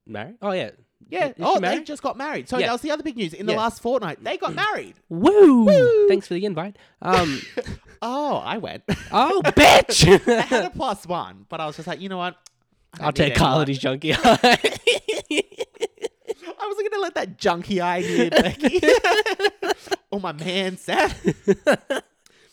S4: married? Oh yeah.
S6: Yeah.
S4: Is she
S6: oh, they
S4: married?
S6: just got married. So
S4: Yeah.
S6: that was the other big news. In the
S4: Yeah. Mm.
S6: last fortnight, they got married.
S4: Woo! Thanks for the invite. Um.
S6: Oh, I went.
S4: oh, bitch!
S6: I had a plus one, but I was just like, you know what? I
S4: I'll
S6: need
S4: take
S6: that one.
S4: Carly's junkie. That's
S6: I wasn't gonna let that junkie idea, Becky. or my man, Seth.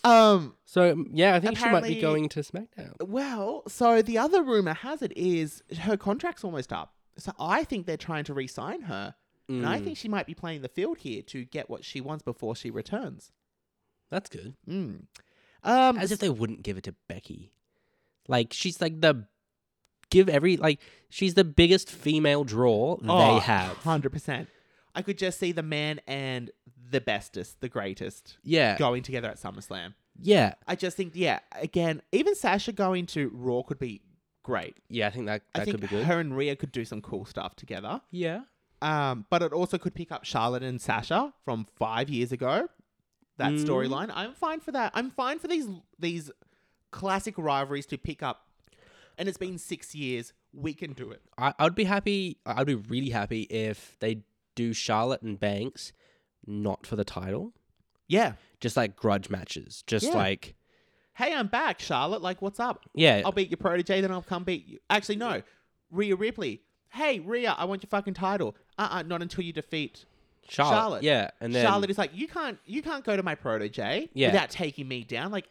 S6: um.
S4: So um, yeah, I think she might
S6: Apparently-
S4: be going to SmackDown.
S6: Well, so the other rumor has it is her contract's almost up. So I think they're trying to re-sign her, and I
S4: Mm.
S6: think she might be playing the field here to get what she wants before she returns.
S4: That's good.
S6: Mm. Um.
S4: As if they wouldn't give it to Becky. Like she's like the give every like she's the biggest female draw they have.
S6: Oh, hundred percent. I could just see the man and the bestest, the greatest,
S4: Yeah.
S6: going together at SummerSlam.
S4: Yeah.
S6: I just think, yeah, again, even Sasha going to Raw could be great.
S4: Yeah, I think that that
S6: I think
S4: could be good.
S6: her and Rhea could do some cool stuff together.
S4: yeah.
S6: Um, but it also could pick up Charlotte and Sasha from five years ago. That
S4: Mm.
S6: storyline, I'm fine for that. I'm fine for these these classic rivalries to pick up. And it's been six years. We can do it.
S4: I, I would be happy I- I'd be really happy if they do Charlotte and Banks not for the title.
S6: Yeah.
S4: Just like grudge matches. Just
S6: Yeah.
S4: like
S6: Hey, I'm back, Charlotte. Like, what's up?
S4: Yeah.
S6: I'll beat your protege, then I'll come beat you. Actually, no. Rhea Ripley. Hey, Rhea, I want your fucking title. uh uh, not until you defeat
S4: Charlotte.
S6: Charlotte.
S4: Yeah. And then
S6: Charlotte is like, you can't, you can't go to my protege
S4: Yeah.
S6: without taking me down. Like,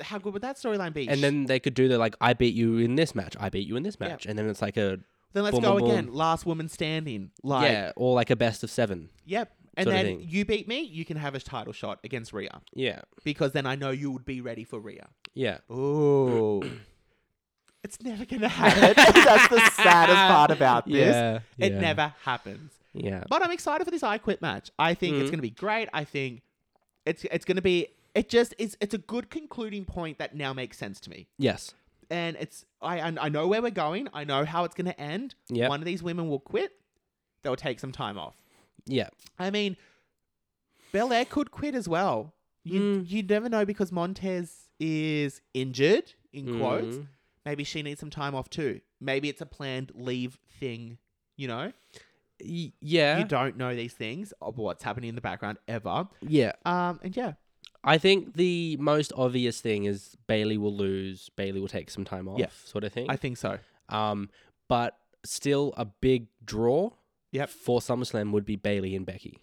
S6: how good would that storyline be?
S4: and then they could do the like I beat you in this match, I beat you in this
S6: Yeah.
S4: match. And then it's like a
S6: then let's
S4: boom,
S6: go
S4: boom, boom.
S6: again. Last woman standing. Like,
S4: yeah, or like a best of seven.
S6: yep. And
S4: Sort of
S6: then
S4: thing.
S6: you beat me, you can have a title shot against Rhea
S4: Yeah.
S6: because then I know you would be ready for Rhea.
S4: Yeah.
S6: Ooh. it's never gonna happen. That's the saddest part about this.
S4: Yeah,
S6: It
S4: yeah.
S6: never happens.
S4: Yeah.
S6: But I'm excited for this I Quit match. I think it's
S4: Mhm.
S6: going to be great. I think it's it's going to be it just is it's a good concluding point that now makes sense to me.
S4: Yes.
S6: And it's I I I know where we're going. I know how it's going to end.
S4: Yep.
S6: One of these women will quit. They'll take some time off.
S4: Yeah.
S6: I mean, Belair could quit as well. You you never know because Montez is injured in quotes.
S4: Mhm.
S6: Maybe she needs some time off too. Maybe it's a planned leave thing, you know?
S4: Y- yeah.
S6: you don't know these things of what's happening in the background ever.
S4: yeah.
S6: Um, and yeah,
S4: I think the most obvious thing is Bailey will lose. Bailey will take some time off,
S6: Yeah.
S4: sort of thing.
S6: I think so.
S4: um, but still a big draw.
S6: Yep.
S4: For SummerSlam would be Bailey and Becky.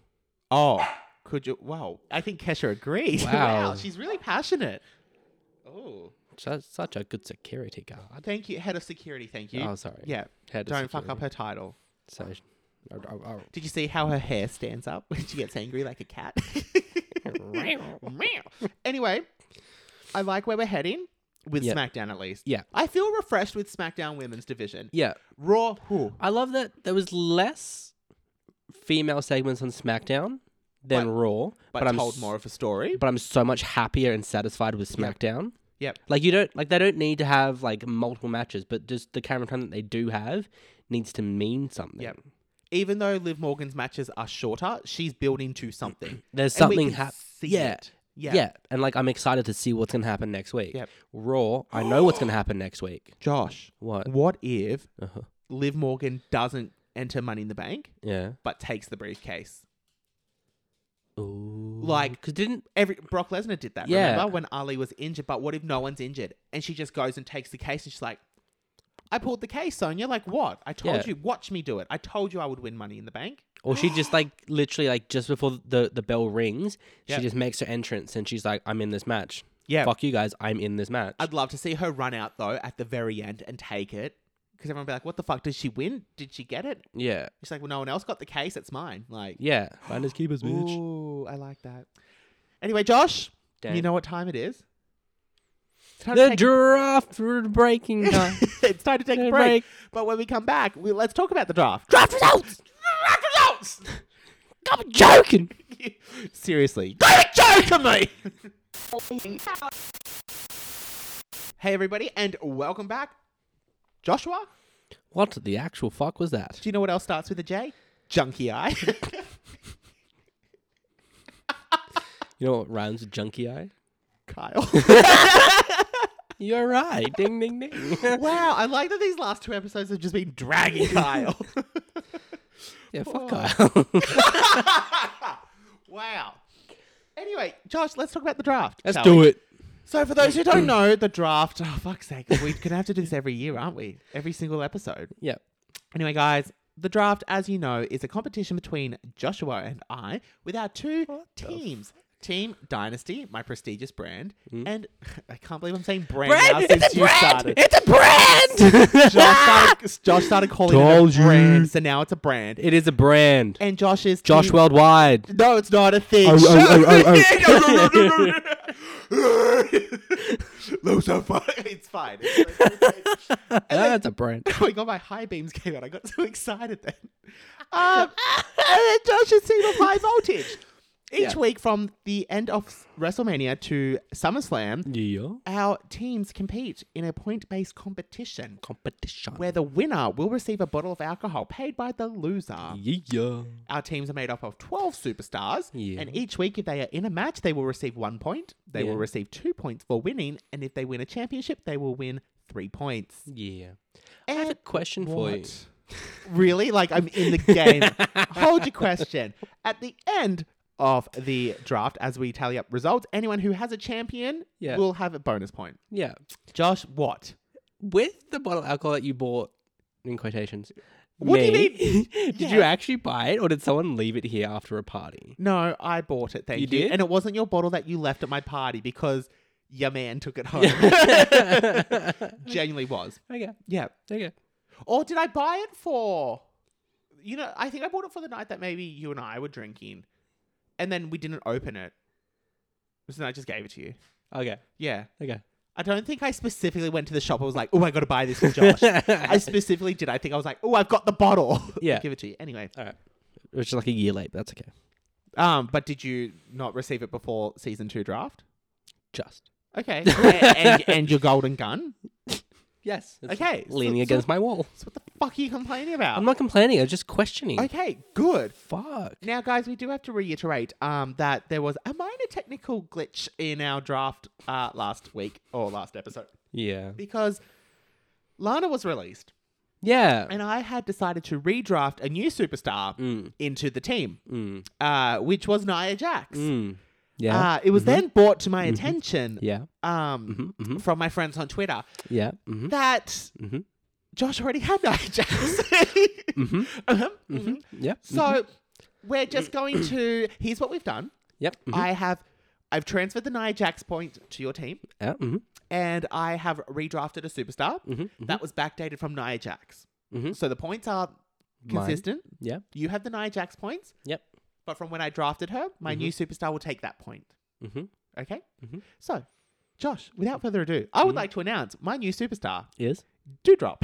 S6: Oh, could you? Wow, I think Kesha agrees.
S4: Wow.
S6: she's really passionate. Oh,
S4: Such, such a good security guard.
S6: thank you, head of security. Thank you.
S4: Oh, sorry.
S6: Yeah,
S4: Head of
S6: don't fuck
S4: security.
S6: up her title.
S4: So, I- I- I-
S6: Did you see how her hair stands up when she gets angry like a cat? anyway, I like where we're heading with
S4: Yeah.
S6: SmackDown at least.
S4: Yeah.
S6: I feel refreshed with SmackDown Women's Division.
S4: yeah.
S6: Raw. whew.
S4: I love that there was less female segments on SmackDown than
S6: But-
S4: Raw,
S6: But,
S4: I'm
S6: told
S4: s-
S6: more of a story.
S4: But I'm so much happier and satisfied with SmackDown.
S6: Yep.
S4: Like you don't like they don't need to have like multiple matches, but just the camera time that they do have needs to mean something.
S6: Yep. even though Liv Morgan's matches are shorter, she's building to something.
S4: There's
S6: And we
S4: something
S6: can
S4: happening.
S6: see
S4: Yeah.
S6: it.
S4: yeah.
S6: Yeah.
S4: And like I'm excited to see what's gonna happen next week.
S6: Yep.
S4: Raw, I know what's gonna happen next week.
S6: Josh,
S4: What?
S6: what if
S4: Uh-huh.
S6: Liv Morgan doesn't enter Money in the Bank
S4: Yeah.
S6: but takes the briefcase?
S4: Ooh.
S6: Like-
S4: cause didn't
S6: Every Brock Lesnar did that.
S4: Mm-hmm. Yeah.
S6: Remember when Ali was injured? But what if no one's injured and she just goes and takes the case and she's like, "I pulled the case, Sonya. Like what? I told
S4: Yeah.
S6: you. Watch me do it. I told you I would win Money in the Bank."
S4: or she just like literally like just before the the bell rings,
S6: Yep.
S4: she just makes her entrance and she's like, I'm in this match.
S6: Yeah.
S4: Fuck you guys, I'm in this match.
S6: I'd love to see her run out though at the very end and take it because everyone would be like, "What the fuck? Did she win? Did she get it?"
S4: yeah.
S6: She's like, "Well, no one else got the case. It's mine." Like,
S4: Yeah. Finders keepers, bitch.
S6: Ooh, I like that. Anyway, Josh,
S4: Dan.
S6: you know what time it is. It's time, to
S4: The
S6: take,
S4: draft breaking time.
S6: it's time to take a
S4: the
S6: break.
S4: break.
S6: But when we come back, we, let's talk about the draft. Draft results! Draft results!
S4: I'm joking.
S6: Seriously. Don't joke to me! hey, everybody, and welcome back. Joshua,
S4: What the actual fuck was that?
S6: do you know what else starts with a J? Junkie Eye.
S4: You know what rhymes with junkie eye?
S6: Kyle.
S4: You're right. ding, ding, ding.
S6: wow, I like that these last two episodes have just been dragging Kyle.
S4: yeah, fuck Kyle.
S6: wow. Anyway, Josh, let's talk about the draft.
S4: Let's
S6: shall
S4: do
S6: we?
S4: it.
S6: So, for those who don't know, the draft. Oh, fuck's sake, we're gonna have to do this every year, aren't we? Every single episode.
S4: Yep.
S6: Anyway, guys, the draft, as you know, is a competition between Joshua and I with our two teams. Team Dynasty, my prestigious brand,
S4: Mm.
S6: and I can't believe I'm saying brand, now since you started.
S4: It's a brand.
S6: Josh started, Josh started calling
S4: Told
S6: it a brand,
S4: you.
S6: so now it's a brand.
S4: it is a brand.
S6: and Josh is
S4: Josh
S6: team-
S4: Worldwide.
S6: No, it's not a thing.
S4: Oh, oh,
S6: Shut
S4: oh,
S6: oh, It's fine. It's okay. And then-
S4: That's Ah, a brand.
S6: Oh my god, my high beams came out. I got so excited then. Um, and then Josh's team of high voltage. Each
S4: Yeah.
S6: week from the end of WrestleMania to SummerSlam,
S4: Yeah.
S6: our teams compete in a point based competition
S4: Competition.
S6: where the winner will receive a bottle of alcohol paid by the loser.
S4: yeah.
S6: Our teams are made up of 12 superstars,
S4: Yeah.
S6: and each week, if they are in a match, they will receive one point, they will
S4: Yeah.
S6: receive two points for winning, and if they win a championship, they will win three points.
S4: Yeah.
S6: And
S4: I have a question for you.
S6: Really? Like I'm in the game. Hold your question. At the end of the draft, as we tally up results, anyone who has a champion
S4: Yeah.
S6: will have a bonus point.
S4: Yeah.
S6: Josh, what?
S4: With the bottle of alcohol that you bought, in quotations,
S6: What do you
S4: me,
S6: mean?
S4: did
S6: Yeah.
S4: you actually buy it or did someone leave it here after a party?
S6: No, I bought it. Thank you.
S4: You did?
S6: And it wasn't your bottle that you left at my party because your man took it home.
S4: okay.
S6: Genuinely was. Yeah.
S4: Okay.
S6: Or did I buy it for? You know, I think I bought it for the night that maybe you and I were drinking, and then we didn't open it. So then I just gave it to you.
S4: Okay.
S6: Yeah.
S4: Okay.
S6: I don't think I specifically went to the shop. I was like, oh, I got to buy this for Josh. I specifically did. I think I was like, oh, I've got the bottle.
S4: Yeah.
S6: Give it to you. Anyway.
S4: All right. Which is like a year late, but that's okay.
S6: Um, but did you not receive it before season two draft?
S4: Just.
S6: Okay. A- and, and your golden gun?
S4: Yes. it's
S6: Okay, so-
S4: Leaning
S6: so- Uh,
S4: against my wall.
S6: So what the fuck are you complaining about?
S4: I'm not complaining. I'm just questioning.
S6: okay, good.
S4: Fuck.
S6: Now, guys, we do have to reiterate um, that there was a minor technical glitch in our draft uh, last week or last episode
S4: Yeah.
S6: because Lana was released.
S4: Yeah.
S6: and I had decided to redraft a new superstar into the team,
S4: Mm.
S6: uh, which was Nia Jax.
S4: Mm. Yeah. Mm-hmm.
S6: Uh, it was then brought to my attention
S4: yeah.
S6: um,
S4: Mm-hmm.
S6: from my friends on Twitter
S4: Yeah. hmm
S6: that
S4: Mhm.
S6: Josh already had Nia Jax.
S4: Mm-hmm.
S6: Um, mhm.
S4: Yeah.
S6: So
S4: Mm-hmm.
S6: we're just going to. Here's what we've done.
S4: Yep. mhm,
S6: I have. I've transferred the Nia Jax point to your team,
S4: Yeah. hmm
S6: and I have redrafted a superstar
S4: Mm-hmm.
S6: that was backdated from Nia Jax.
S4: Mhm.
S6: So the points are
S4: Mine.
S6: consistent.
S4: Yeah.
S6: You have the Nia Jax points,
S4: Yep.
S6: but from when I drafted her, my new superstar will take that point. Mm-hmm.
S4: Mhm.
S6: Okay? So, Josh, without further ado, I would like to announce my new superstar,
S4: Is.
S6: Dewdrop.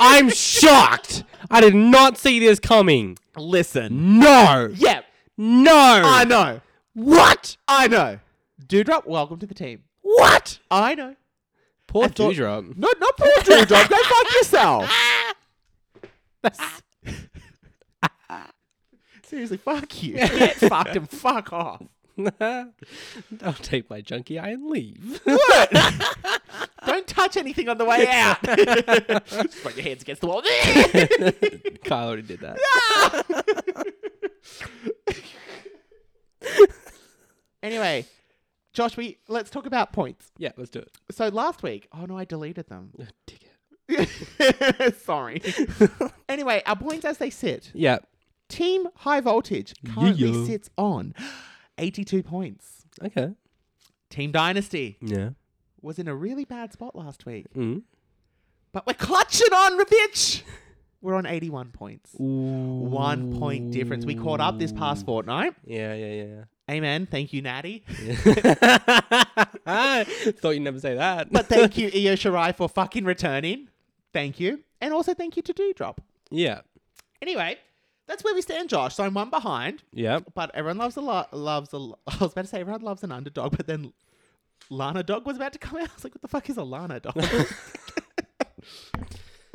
S4: I'm shocked. I did not see this coming.
S6: Listen.
S4: No.
S6: Yeah,
S4: No.
S6: I know.
S4: what?
S6: I know. Dewdrop, welcome to the team.
S4: What?
S6: I know.
S4: Poor
S6: I thought-
S4: Dewdrop.
S6: No, not poor Dewdrop. Go fuck yourself. Seriously, fuck you. Get fucked and fuck off.
S4: I'll take my junkie eye and leave.
S6: Don't touch anything on the way out. Just run your hands against the wall.
S4: Kyle already did that.
S6: Anyway, Josh, we let's talk about points.
S4: Yeah, let's do it.
S6: So last week, oh no, I deleted them.
S4: Dig it.
S6: Sorry. anyway, our points as they sit.
S4: Yeah.
S6: Team High Voltage currently
S4: Yeah.
S6: sits on 82 points.
S4: Okay.
S6: Team Dynasty
S4: Yeah.
S6: was in a really bad spot last week,
S4: Mm.
S6: but we're clutching on, bitch. We're on 81 points. One point difference. We caught up this past fortnight.
S4: Yeah, yeah,
S6: Amen. Thank you, Natty.
S4: yeah. Thought you'd never say that.
S6: But thank you, Io Shirai, for fucking returning. Thank you. And also thank you to Dewdrop.
S4: yeah.
S6: Anyway, that's where we stand, Josh. So I'm one behind,
S4: Yeah.
S6: but everyone loves a lot. Loves a. Lo- I was about to say everyone loves an underdog, but then Lana Dog was about to come out. I was like, what the fuck is a Lana Dog?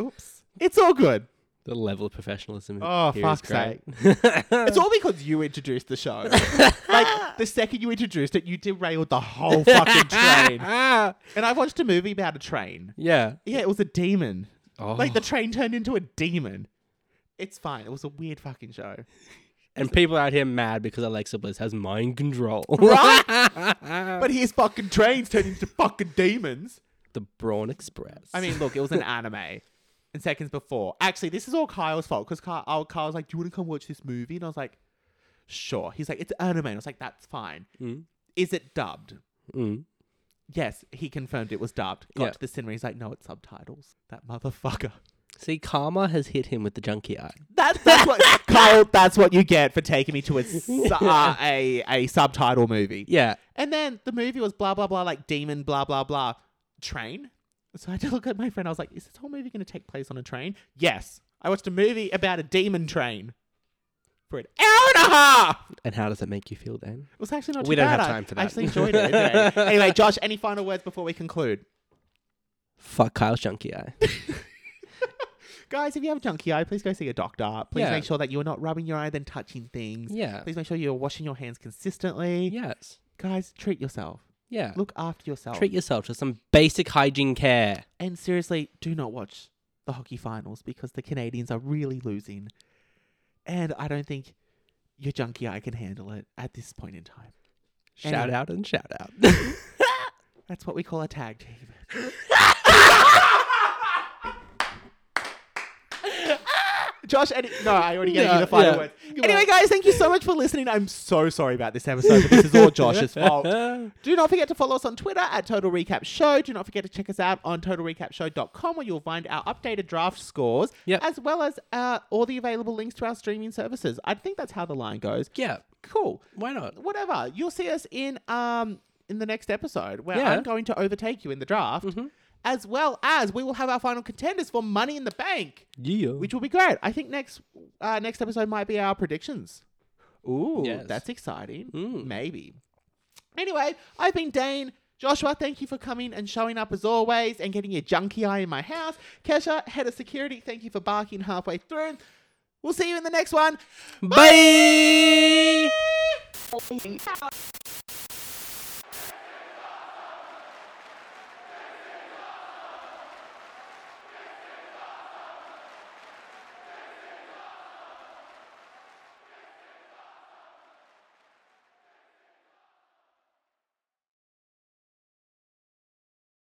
S6: Oops. It's all good.
S4: The level of professionalism
S6: Oh,
S4: here is
S6: fuck's
S4: great.
S6: It's all because you introduced the show. like the second you introduced it, you derailed the whole fucking train.
S4: ah,
S6: And I watched a movie about a train.
S4: yeah.
S6: Yeah, it was a demon.
S4: Oh.
S6: Like the train turned into a demon. It's fine. It was a weird fucking show.
S4: and people out here mad because Alexa Bliss has mind control.
S6: But here's fucking trains turning into fucking demons.
S4: the Brawn Express.
S6: I mean, look, it was an anime. And seconds before, actually, this is all Kyle's fault because Kyle, oh, Kyle was like, "Do you want to come watch this movie?" And I was like, "Sure." He's like, "It's anime." And I was like, "That's fine."
S4: Mm.
S6: Is it dubbed?
S4: Mm.
S6: Yes, he confirmed it was dubbed. Got
S4: Yeah.
S6: to the cinema, he's like, "No, it's subtitles." That motherfucker.
S4: see, karma has hit him with the junkie eye.
S6: That's that's what Kyle. That's what you get for taking me to a su- uh, a a subtitle movie.
S4: Yeah.
S6: And then the movie was blah blah blah, like demon blah blah blah, train. So I had to look at my friend. I was like, "Is this whole movie going to take place on a train?" Yes, I watched a movie about a demon train for an hour and a half.
S4: And how does that make you feel, Dan?
S6: It was actually not.
S4: We
S6: too
S4: don't
S6: bad.
S4: have
S6: I-
S4: time for
S6: I
S4: that.
S6: actually enjoyed it. Anyway. anyway, Josh, any final words before we conclude?
S4: Fuck Kyle's junkie eye.
S6: Guys, if you have junkie eye, please go see a doctor. Please
S4: Yeah.
S6: make sure that you are not rubbing your eye then touching things.
S4: yeah.
S6: Please make sure you're washing your hands consistently.
S4: Yes.
S6: Guys, treat yourself.
S4: Yeah.
S6: Look after yourself.
S4: Treat yourself to some basic hygiene care.
S6: And seriously, do not watch the hockey finals because the Canadians are really losing. And I don't think your junkie eye can handle it at this point in time.
S4: Shout
S6: Anyway.
S4: out and shout out.
S6: That's what we call a tag team. Josh, any, no, I already gave you
S4: Yeah,
S6: the final
S4: yeah.
S6: words. Anyway, guys, thank you so much for listening. I'm so sorry about this episode, but this is all Josh's fault. Do not forget to follow us on Twitter at Total Recap Show. Do not forget to check us out on totalrecapshow.com where you'll find our updated draft scores
S4: Yep.
S6: as well as uh, all the available links to our streaming services. I think that's how the line goes.
S4: yeah.
S6: Cool.
S4: Why not?
S6: Whatever. You'll see us in um in the next episode where
S4: Yeah. Mm-hmm.
S6: I'm going to overtake you in the draft. As well as we will have our final contenders for Money in the Bank,
S4: Yeah.
S6: which will be great. I think next uh, next episode might be our predictions. Ooh,
S4: Yes.
S6: that's exciting.
S4: Mm.
S6: Maybe. Anyway, I've been Dane. Joshua, thank you for coming and showing up as always and getting your junkie eye in my house. Kesha, head of security, thank you for barking halfway through. We'll see you in the next one.
S4: Bye.
S5: Bye.